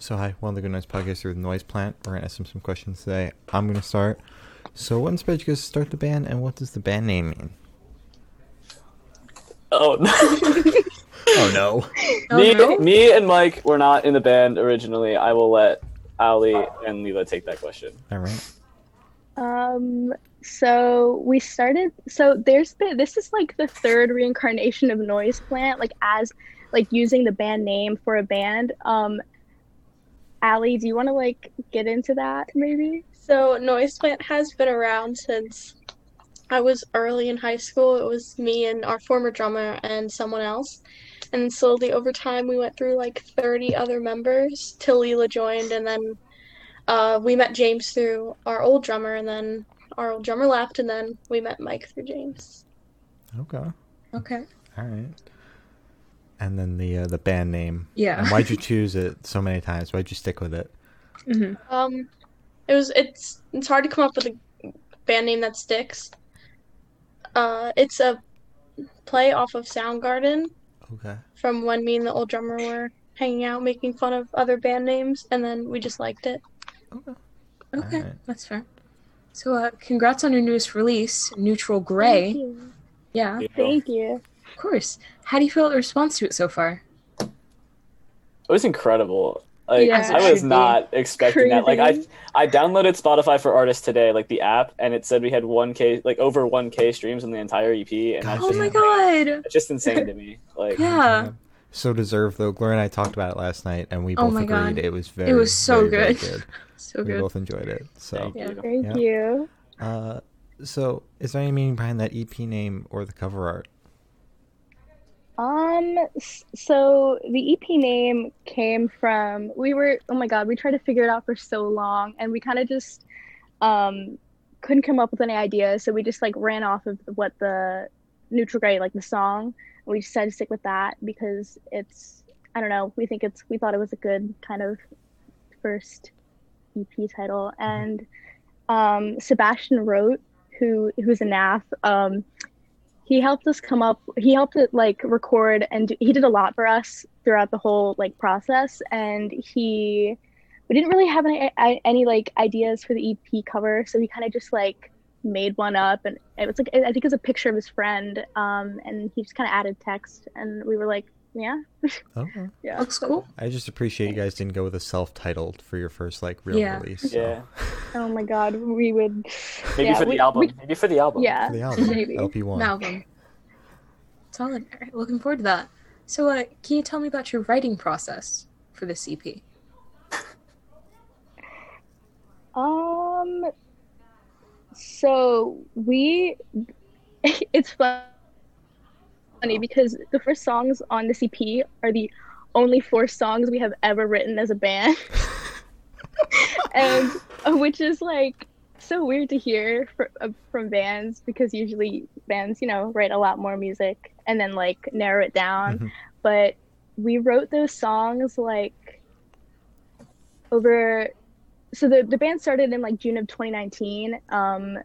So hi, welcome to the Good Noise Podcast here with Noise Plant. We're gonna ask them some questions today. I'm gonna start. So what inspired you guys to start the band, and what does the band name mean? Oh no. Oh no! me, no? me and Mike were not in the band originally. I will let Ali and Leela take that question. All right. Um, so we started. So there's been this is like the third reincarnation of Noise Plant, like as like using the band name for a band. Um, Allie, do you want to like get into that maybe? So Noise Plant has been around since I was early in high school. It was me and our former drummer and someone else. And slowly over time, we went through like 30 other members till Leela joined. And then uh, we met James through our old drummer. And then our old drummer left. And then we met Mike through James. Okay. All Okay. right. And then the uh, the band name. Yeah. And why'd you choose it so many times? Why'd you stick with it? Um, it was it's it's hard to come up with a band name that sticks. Uh, it's a play off of Soundgarden. Okay. from when me and the old drummer were hanging out making fun of other band names and then we just liked it Okay. Okay, Alright. that's fair. So, uh, congrats on your newest release, Neutral Gray. Thank you. Yeah, It Thank you. of course. How do you feel about the response to it so far? was incredible. Like Yeah. As it I was should be. not expecting that. Like I Crazy. I downloaded Spotify for Artists today, like the app, and it said we had one K like over one K streams in the entire EP and that's Oh just, my god! that's just insane to me. Like Yeah. So deserved though. Gloria and I talked about it last night, and we Oh both my agreed God. it was very. was so very, very good. So We good. both enjoyed it. So, thank you. Yeah. Thank you. uh, so is there any meaning behind that EP name or the cover art? Um, s- so the EP name came from we were oh my god, we tried to figure it out for so long and we kind of just um couldn't come up with any ideas, so we just like ran off of what the Neutral Grey like the song. We just decided to stick with that because it's I don't know, we think it's we thought it was a good kind of first EP title and um Sebastian wrote who who's a NAF um he helped us come up he helped it like record and do, he did a lot for us throughout the whole like process and he we didn't really have any I- any like ideas for the ep cover so he kind of just like made one up and it was like i think it was a picture of his friend um and he just kind of added text and we were like yeah Okay. yeah Looks cool. I just appreciate you guys didn't go with a self-titled for your first like real Yeah. release. So. Yeah. oh my god we would Maybe yeah, for the we- album. we- Maybe for the album. yeah For the album, maybe. LP one. Malcolm. Solid. Alright, Looking forward to that. So, uh, can you tell me about your writing process for this E EP? Um. So we, it's fun- funny because the first songs on the CP are the only four songs we have ever written as a band, and uh, which is like so weird to hear fr- uh, from bands because usually bands, you know, write a lot more music and then like narrow it down Mhm. but we wrote those songs like over so the, the band started in like june of 2019 um,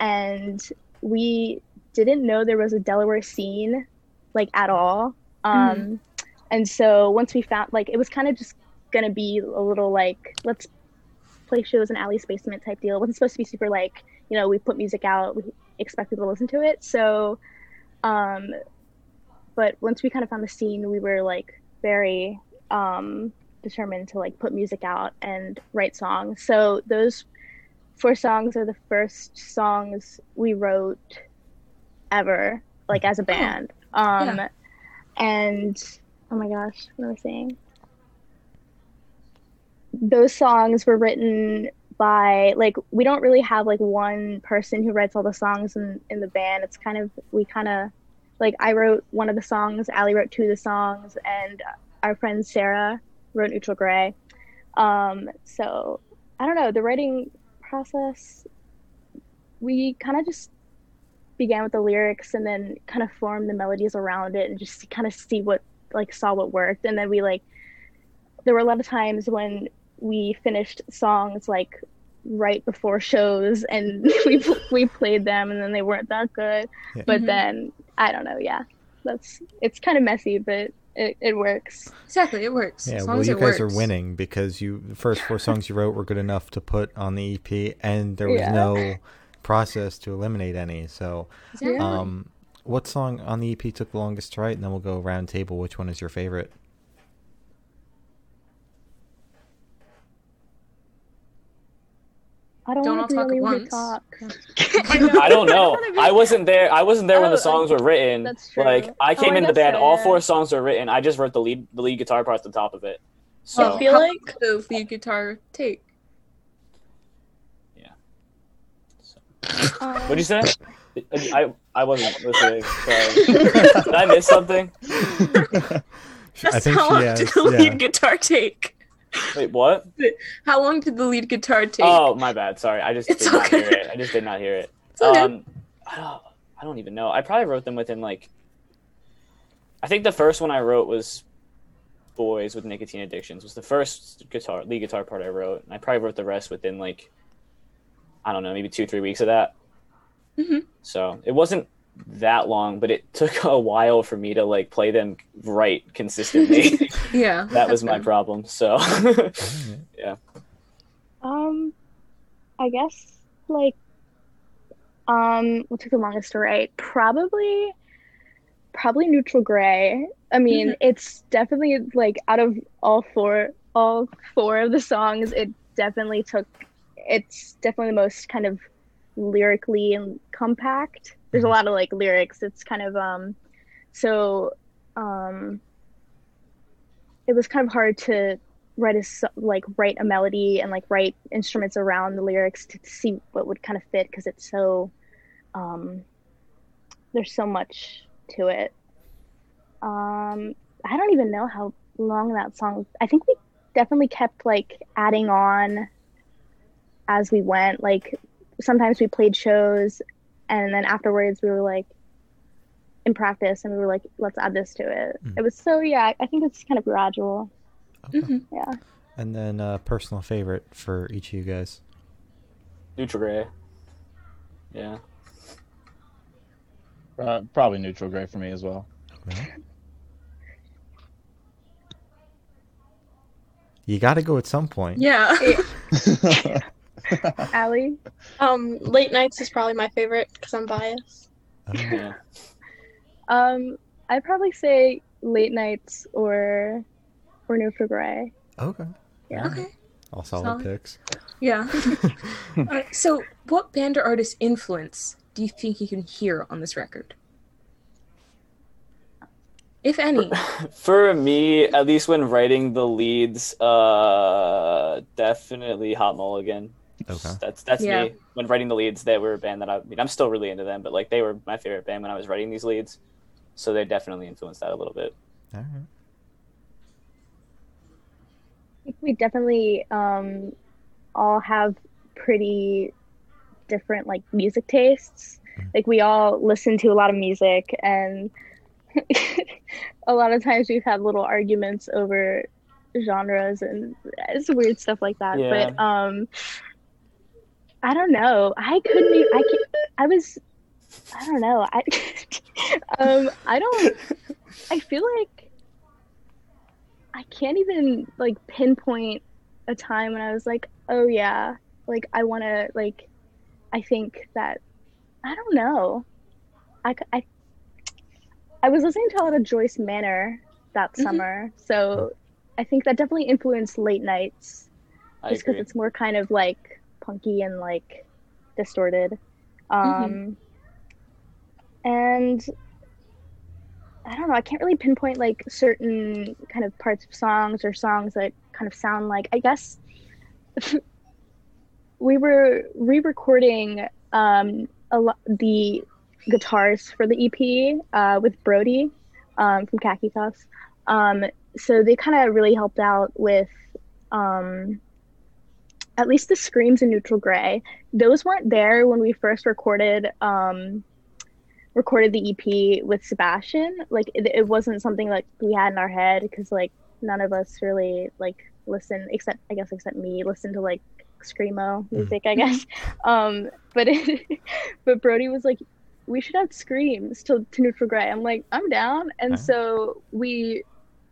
and we didn't know there was a delaware scene like at all um, and so once we found like it was kind of just gonna be a little like let's play shows in alley's basement type deal it wasn't supposed to be super like you know we put music out we expect people to listen to it so um, but once we kind of found the scene we were like very um determined to like put music out and write songs so those four songs are the first songs we wrote ever like as a band um Yeah. and oh my gosh what am i saying those songs were written by like we don't really have like one person who writes all the songs in in the band it's kind of we kind of like I wrote one of the songs, Allie wrote two of the songs, and our friend Sarah wrote Neutral Gray. Um, so I don't know the writing process. We kind of just began with the lyrics and then kind of formed the melodies around it and just kind of see what like saw what worked and then we like there were a lot of times when we finished songs like right before shows and we we played them and then they weren't that good Yeah. but Mhm. then I don't know. Yeah, that's it's kind of messy, but it, it works. Exactly, it works. Yeah, as long well, as you it guys works. are winning because you the first four songs you wrote were good enough to put on the EP, and there was Yeah. no process to eliminate any. So, Exactly. um, what song on the EP took the longest to write? And then we'll go round table. Which one is your favorite? I don't, Don't all want to be talk the at only one once. who talks. I know. I don't know. I wasn't there. I wasn't there when Oh, the songs were written. that's true. Like I Oh, came I into the guess band. All so, yeah. Oh, four songs were written. I just wrote the lead the lead guitar parts at the top of it. So I feel How like long does the lead guitar take? what'd you Um, say? I I wasn't listening. Sorry. Did I miss something? I That's think how she long did has. the lead Yeah. guitar take? Wait, what? How long did the lead guitar take? Oh, my bad. Sorry, I just It's did not okay. hear it. I just did not hear it. It's okay. Um, I don't. I don't even know. I probably wrote them within like. I think the first one I wrote was "Boys with Nicotine Addictions." Was the first guitar lead guitar part I wrote, and I probably wrote the rest within like, I don't know, maybe two three weeks of that. Mhm. So it wasn't that long, but it took a while for me to like play them right consistently. yeah. that was that's my fair. problem. So um, I guess like um, what took the longest to write? Probably, probably Neutral Gray. I mean, it's definitely like out of all four, all four of the songs, it definitely took. It's definitely the most kind of lyrically and compact. There's a Mhm. lot of like lyrics. It's kind of um, so um, it was kind of hard to write a so- like write a melody and like write instruments around the lyrics to see what would kind of fit because it's so um there's so much to it um i don't even know how long that song i think we definitely kept like adding on as we went like sometimes we played shows and then afterwards we were like in practice and we were like let's add this to it Mm. it was so yeah i think it's kind of gradual Okay. yeah And then uh, personal favorite for each of you guys. neutral gray. Yeah. Uh, probably neutral gray for me as well. You got to go at some point. Yeah. Allie? um, late nights is probably my favorite because I'm biased. Oh, yeah. Um, I'd probably say late nights or or neutral gray. okay. Yeah. Okay. All solid Solid. picks. Yeah. Uh, so, what band or artist influence do you think you can hear on this record? If any. For me, at least when writing the leads, uh, definitely Hot Mulligan. Okay. That's that's Yeah. me. When writing the leads, they were a band that I, I mean, I'm still really into them, but like they were my favorite band when I was writing these leads, so they definitely influenced that a little bit. All right. I think we definitely um all have pretty different like music tastes. Like we all listen to a lot of music and a lot of times we've had little arguments over genres and it's weird stuff like that. Yeah. But um I don't know. I couldn't e- I can I was I don't know. I um I don't I feel like I can't even like pinpoint a time when I was like, "Oh yeah, like I want to like I think that I don't know. I c- I I was listening to a lot of Joyce Manor that Mm-hmm. Mhm. summer. So I think that definitely influenced late nights I just because agree. it's more kind of like punky and like distorted. Um, And I don't know. I can't really pinpoint like certain kind of parts of songs or songs that kind of sound like. I guess we were re-recording um, a lo- the guitars for the EP uh, with Brody um, from Khaki Toss. Um, so they kind of really helped out with um, at least the screams in neutral gray those weren't there when we first recorded um recorded the ep with sebastian like it, it wasn't something like we had in our head because like none of us really like listen except i guess except me listen to like screamo Mm-hmm. music i guess um but it, but brody was like Uh-huh. we should add screams to, to neutral gray i'm like i'm down and Huh? so we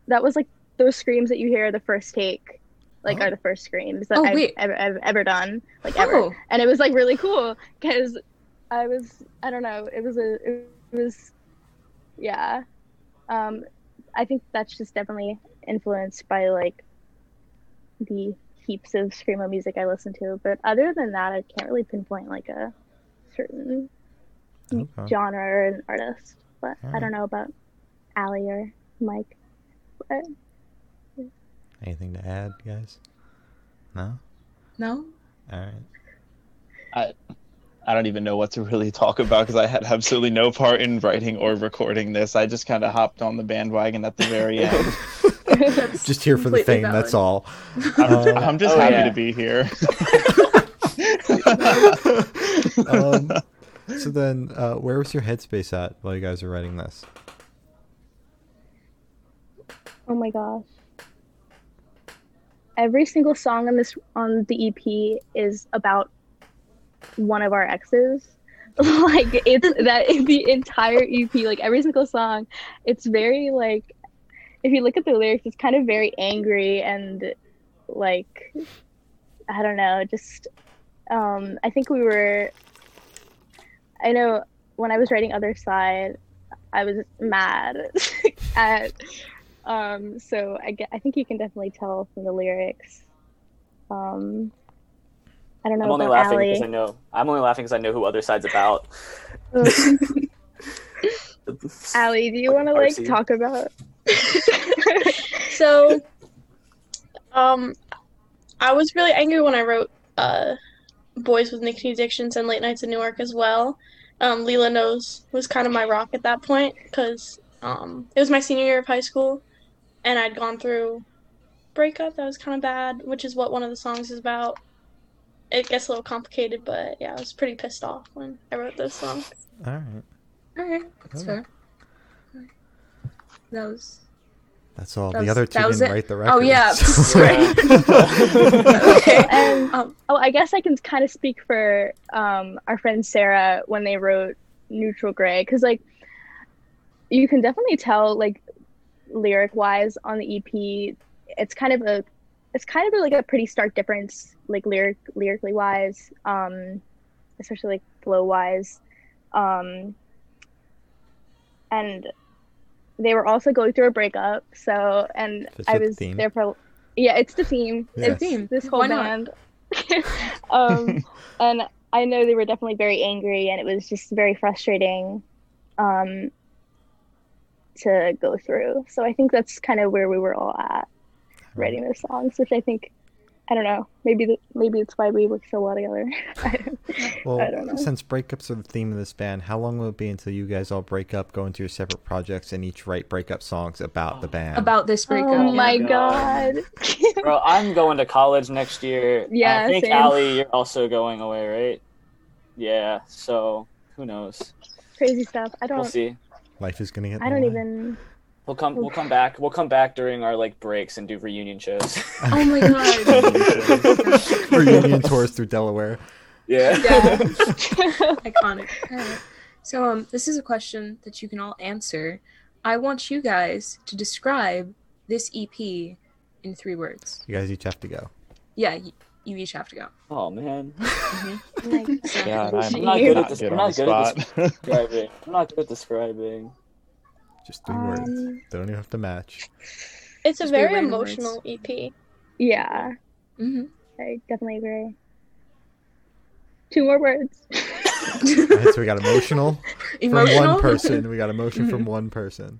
that was like those screams that you hear the first take, like Oh. are the first screams that Oh, I've wait. ever, ever ever done, like ever. Oh, and it was like really cool because I was I don't know it was a it was yeah um I think that's just definitely influenced by like the heaps of screamo music I listen to but other than that I can't really pinpoint like a certain Okay. genre or an artist but I Alright. don't know about Allie or Mike Anything to add, guys? No. no. All right. I don't even know what to really talk about because I had absolutely no part in writing or recording this. I just kind of hopped on the bandwagon at the very Oh, end. That's Just here for the completely fame. That's valid. all. I'm, Um, I'm just Oh, happy yeah. to be here. um, so then, uh, where was your headspace at while you guys were writing this? Oh my gosh. Every single song on this on the EP is about one of our exes. like it's that the entire EP, like every single song, it's very like if you look at the lyrics, it's kind of very angry and like I don't know, just um I think we were I know when I was writing Other Side, I was mad at um so i get i think you can definitely tell from the lyrics um i don't know I'm only about laughing because I Allie. know. I'm only laughing because I know who other side's about. Allie, do you want to like Arcee. talk about so um i was really angry when i wrote uh boys with nicotine addictions and late nights in newark as well um leela knows was kind of my rock at that point because um it was my senior year of high school and i'd gone through breakup that was kind of bad which is what one of the songs is about it gets a little complicated but yeah i was pretty pissed off when i wrote this song All right. All right, that's Okay. fair. That was That's all. That the was- other two that was didn't it. write the record. Oh, yeah, so- okay. and Um, oh i guess i can kind of speak for um our friend sarah when they wrote neutral gray because like you can definitely tell like lyric wise on the ep it's kind of a it's kind of like a pretty stark difference like lyric lyrically wise um especially like flow wise um and they were also going through a breakup so and Fits i with the was theme. there for yeah it's the theme Yes. theme. this whole Why not? band um and i know they were definitely very angry and it was just very frustrating um to go through so i think that's kind of where we were all at writing those songs which i think i don't know maybe the, maybe it's why we work so well together I don't- I don't Well, know. since breakups are the theme of this band, how long will it be until you guys all break up, go into your separate projects, and each write breakup songs about the band? about this breakup. oh yeah. my God. god Bro, I'm going to college next year. and Yeah, I think same. Allie, you're also going away, right? Yeah. So who knows? crazy stuff i We'll don't see. Life is gonna get. in i the don't way. even We'll come. We'll come back. We'll come back during our like breaks and do reunion shows. Oh my god. Reunion tours through Delaware. yeah. yeah. Iconic. Alright. So um this is a question that you can all answer. I want you guys to describe this EP in three words. You guys each have to go. Yeah, you, you each have to go. Oh man. God, like, I'm not good at Not this. good I'm on not good at the spot. describing. I'm not good at describing. Just three words. um, They don't even have to match. it's a Just be very random words. emotional E ep yeah hmm i definitely agree two more words All right, so we got emotional from Emotional. one person. We got emotion from one person.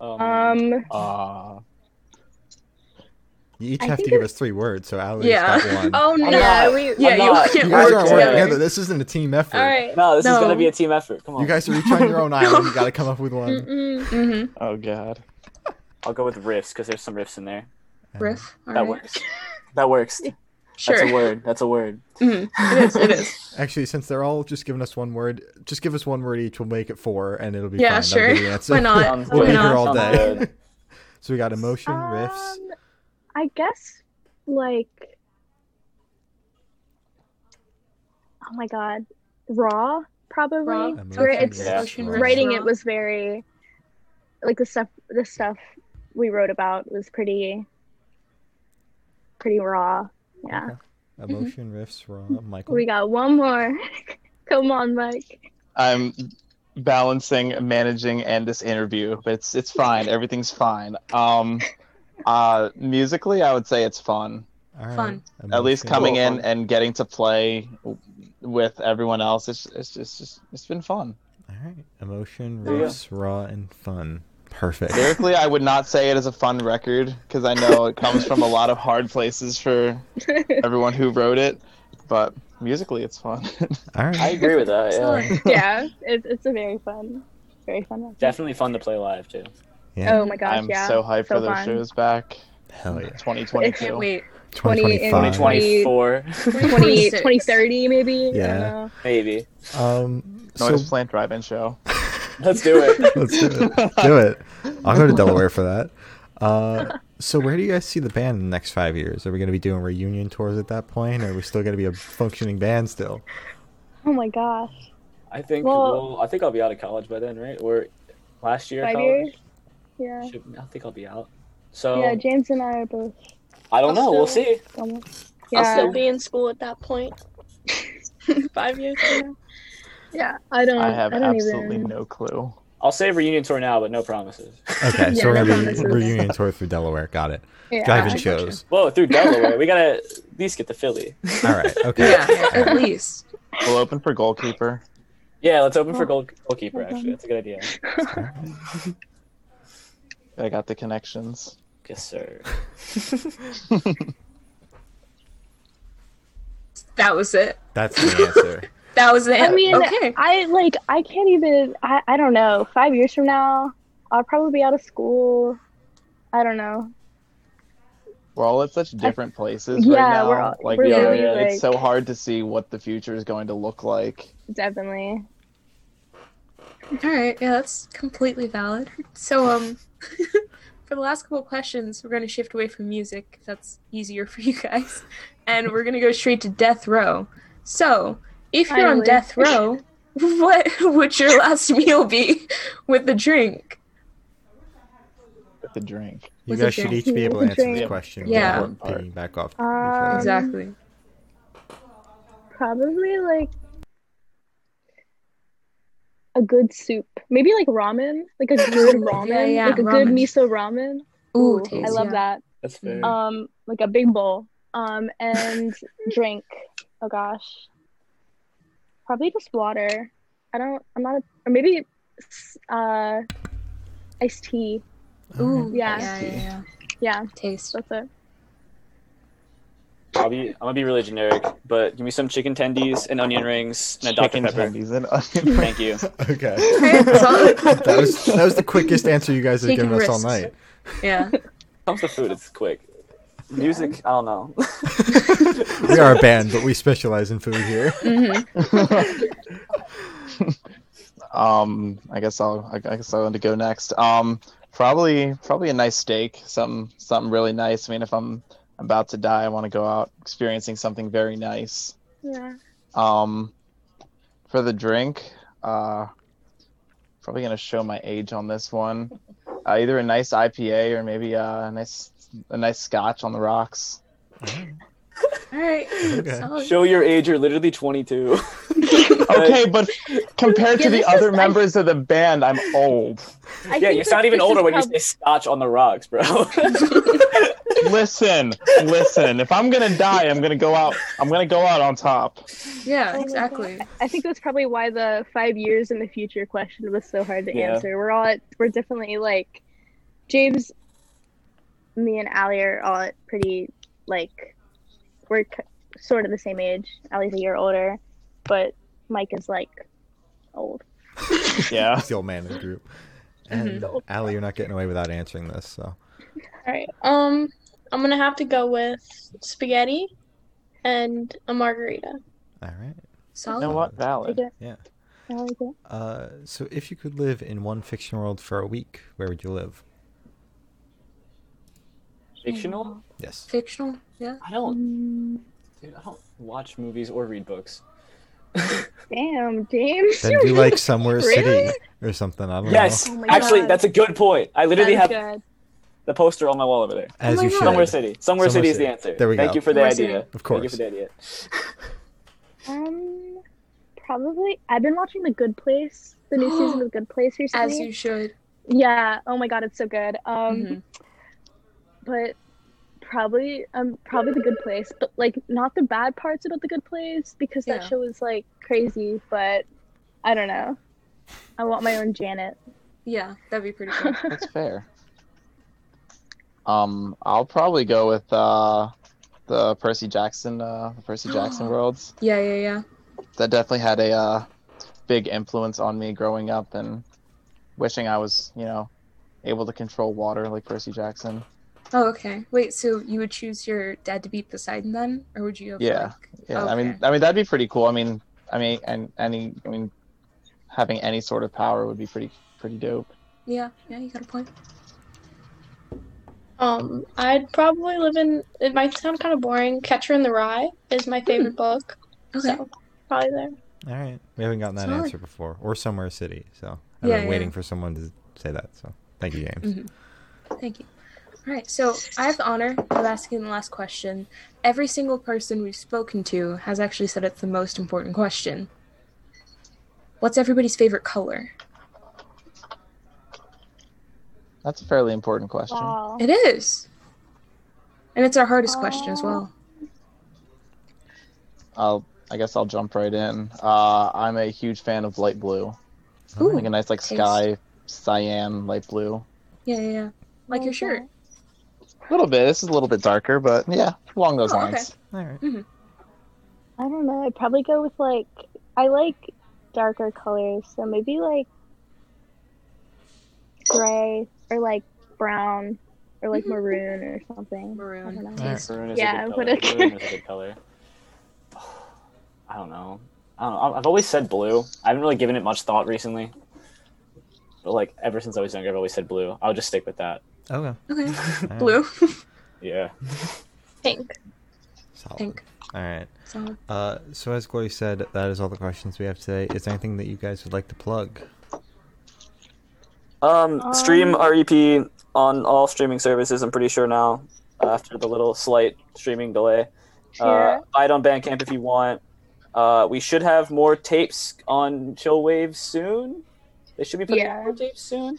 Um, um Ah, You each I have to think give it- us three words. So Allie's Yeah. got one. Oh no. I'm not- we, yeah, I'm you not- can't you guys work aren't together. working together. This isn't a team effort. all right no, this is No. gonna be a team effort. Come on. You guys are each on your own island. You got to come up with one. Mm-mm. hmm oh god. I'll go with riffs because there's some riffs in there. Riff. All That right. works. That works. Sure. That's a word. That's a word. Mhm. It is. It is. Actually, since they're all just giving us one word, just give us one word each. We'll make it four, and it'll be Yeah, fine. That'll sure. be the answer. Why not? Sounds We'll Why be good. here not? all Sounds day. good. so we got emotion, riffs. Um, I guess like oh my god, raw probably. Raw. Emotion, Where it's riffs, Emotion, raw. riffs. Writing Raw. it was very like the stuff the stuff we wrote about was pretty pretty raw. Yeah. mhm. Emotion riffs from Michael. We got one more. Come on, Mike. I'm balancing, managing, and this interview. It's it's fine. Everything's fine. Um, uh, musically, I would say it's fun. All right. Fun. At least Emotion. coming in Cool. and getting to play w- with everyone else. It's it's just it's, it's been fun. All right. Emotion Yeah. Oh, riffs, raw and fun. Perfect. Lyrically, I would not say it is a fun record because I know it comes from a lot of hard places for everyone who wrote it. But musically, it's fun. All right. I agree with that. Yeah. Excellent. yeah, it's it's a very fun, very fun. record. Definitely fun to play live too. yeah. Oh my gosh, I'm yeah. so hyped for those fun. shows back. Hell Oh, yeah. I 2022. can't wait. 20 2025. 2020. 2024, 20, 2026. 2030 maybe. I Yeah. don't know. maybe. Um, so Noise Plant Drive-In Show. Let's do it. let's do it. Do it. I'll go to Delaware for that. Uh, so where do you guys see the band in the next five years? Are we going to be doing reunion tours at that point? Or are we still going to be a functioning band still? Oh my gosh, I think Well- we'll, I think I'll be out of college by then, right? Or last year. five college? years. Yeah. Should- I think I'll be out. So yeah, James and I are both I don't know. We'll Still- see. almost. I'll Yeah, still be in school at that point. Five years from now. yeah. I don't. I have don't absolutely even... no clue. I'll say reunion tour now, but no promises. Okay, Yeah, so we're that going sounds to be good. reunion tour through Delaware. Got it. Yeah. Driving gotcha. shows. Whoa, through Delaware, we gotta at least get to Philly. All right. Okay. Yeah, at least. We'll open for goalkeeper. Yeah, let's open for Oh. goal- goalkeeper. Okay. Actually, that's a good idea. I got the connections. Yes, sir. That was it. That's the answer. That was it. I mean, okay. I like. I can't even. I I don't know. Five years from now, I'll probably be out of school. I don't know. We're all at such different places Yeah, right now. we're all- like we're yeah, really, yeah, like- it's so hard to see what the future is going to look like. Definitely. All right. Yeah, that's completely valid. So, um, for the last couple of questions, we're going to shift away from music. 'cause That's easier for you guys. And we're going to go straight to death row. So, if you're on Finally. death row, what would your last meal be with the drink? with The drink. You Was guys it should Jack? each be able to answer this Yeah. question. Yeah. Uh, without Piggyback off. Um, each other. Exactly. Probably like a good soup. Maybe like ramen, like a good ramen, Yeah, yeah, like a good ramen. miso ramen. Ooh, I tasty. love that. That's fair. Um, like a big bowl. Um, and drink. Oh gosh, probably just water. I don't. I'm not. A, or maybe uh, iced tea. Ooh, Yeah. yeah, yeah, yeah. Yeah, Taste. that's it. I'll be, I'm gonna be really generic, but give me some chicken tendies and onion rings and a Dr Chicken Pepper. tendies and onion rings. Thank you. Okay. That was that was the quickest answer you guys have Taking given us all risks. night. Yeah. comes to food, it's quick. Music, I don't know. We are a band, but we specialize in food here. um, I guess I'll. I guess I'll want to go next. Um, probably, probably a nice steak. Something, something really nice. I mean, if I'm about to die, I want to go out experiencing something very nice. Yeah. Um, for the drink, uh, probably gonna show my age on this one. Uh, either a nice IPA or maybe uh, a nice a nice Scotch on the rocks. All right. Okay. Solid. Show your age, you're literally 22. Okay, but compared Yeah, this to the is- other members of the band, I'm old. I yeah, think you that sound even this is older when prob- you say scotch on the rocks, bro. Listen, listen. If I'm gonna die, I'm gonna go out. I'm gonna go out on top. Yeah, Oh my exactly. God. I think that's probably why the five years in the future question was so hard to Yeah. answer. We're all at, we're definitely like James, me and Allie are all at pretty like we're c- sort of the same age. Allie's a year older, but Mike is like old. Yeah. It's the old man in the group. Mm-hmm. And Allie, you're not getting away without answering this. So All right. Um, I'm gonna have to go with spaghetti and a margarita. all right. You Solid. know what? Valid. Okay. Yeah. I like it. Uh, so if you could live in one fiction world for a week, where would you live? Fictional? Yes. Fictional. Yeah. I don't, Mm, dude, I don't watch movies or read books. Damn, James. Then you do like somewhere Really? city or something. I don't Yes, know. Oh my actually, God. that's a good point. I really- literally have That is good. the poster on my wall over there. As Oh my you God. should. Somewhere City. Somewhere, Somewhere City is City. the answer. There we Thank go. you for the Somewhere idea. City. Of Thank you course. for the idea. Um, probably. I've been watching The Good Place, the new season of Good Place recently. As you should. Yeah. Oh my god, it's so good. Um, Mhm. but probably um probably The Good Place, but like not the bad parts about The Good Place because that Yeah. show is like crazy. But I don't know. I want my own Janet. Yeah, that'd be pretty cool. That's fair. Um, I'll probably go with uh, the Percy Jackson, uh, the Percy Jackson worlds. yeah, yeah, yeah. that definitely had a uh, big influence on me growing up and wishing I was, you know, able to control water like Percy Jackson. Oh, okay. Wait, so you would choose your dad to be Poseidon then? Or would you have Yeah. like Yeah, I mean, Okay. I mean that'd be pretty cool. I mean, I mean, and any, I mean, having any sort of power would be pretty, pretty dope. Yeah, yeah, you got a point. Um, I'd probably live in. It might sound kind of boring. Catcher in the Rye is my favorite book. Okay. So probably there. All right. We haven't gotten that Solid. answer before, or somewhere city. So I've Yeah, been yeah. waiting for someone to say that. So thank you, James. Mhm. Thank you. All right, so I have the honor of asking the last question. Every single person we've spoken to has actually said it's the most important question. What's everybody's favorite color? That's a fairly important question. Wow. It is. And it's our hardest question as Aw. well. I'll, I guess I'll jump right in. Uh, I'm a huge fan of light blue, All Ooh. right. like a nice like Taste. sky cyan light blue. Yeah, yeah, yeah. Like your shirt. A little bit. This is a little bit darker, but yeah, along those Oh, okay. lines. All right. I don't know. I'd probably go with like I like darker colors, so maybe like gray or like brown or like maroon or something. I Mm-hmm. Maroon. don't know. Taste. Maroon is Yeah, a good what color. a- Maroon is a good color. I don't know. I don't know. I've always said blue. I haven't really given it much thought recently. But like ever since I was younger, I've always said blue. I'll just stick with that. Okay. Okay. Oh, All right. Blue. Yeah. Pink. Solid. Pink. All right. So, Uh, so as Glory said, that is all the questions we have today. Is there anything that you guys would like to plug? Um, stream Um, REP on all streaming services. I'm pretty sure now, after the little slight streaming delay. Uh, Sure. buy it on Bandcamp if you want. Uh, we should have more tapes on Chillwave soon. They should be putting out Yeah. more tapes soon.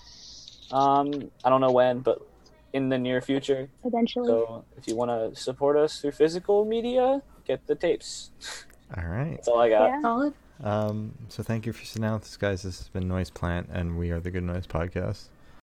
Um, I don't know when, but in the near future. Eventually. So if you want to support us through physical media, get the tapes. All right. That's all I got. yeah. solid. Um, so thank you for sitting out with us, guys. This has been Noise Plant, and we are the Good Noise Podcast.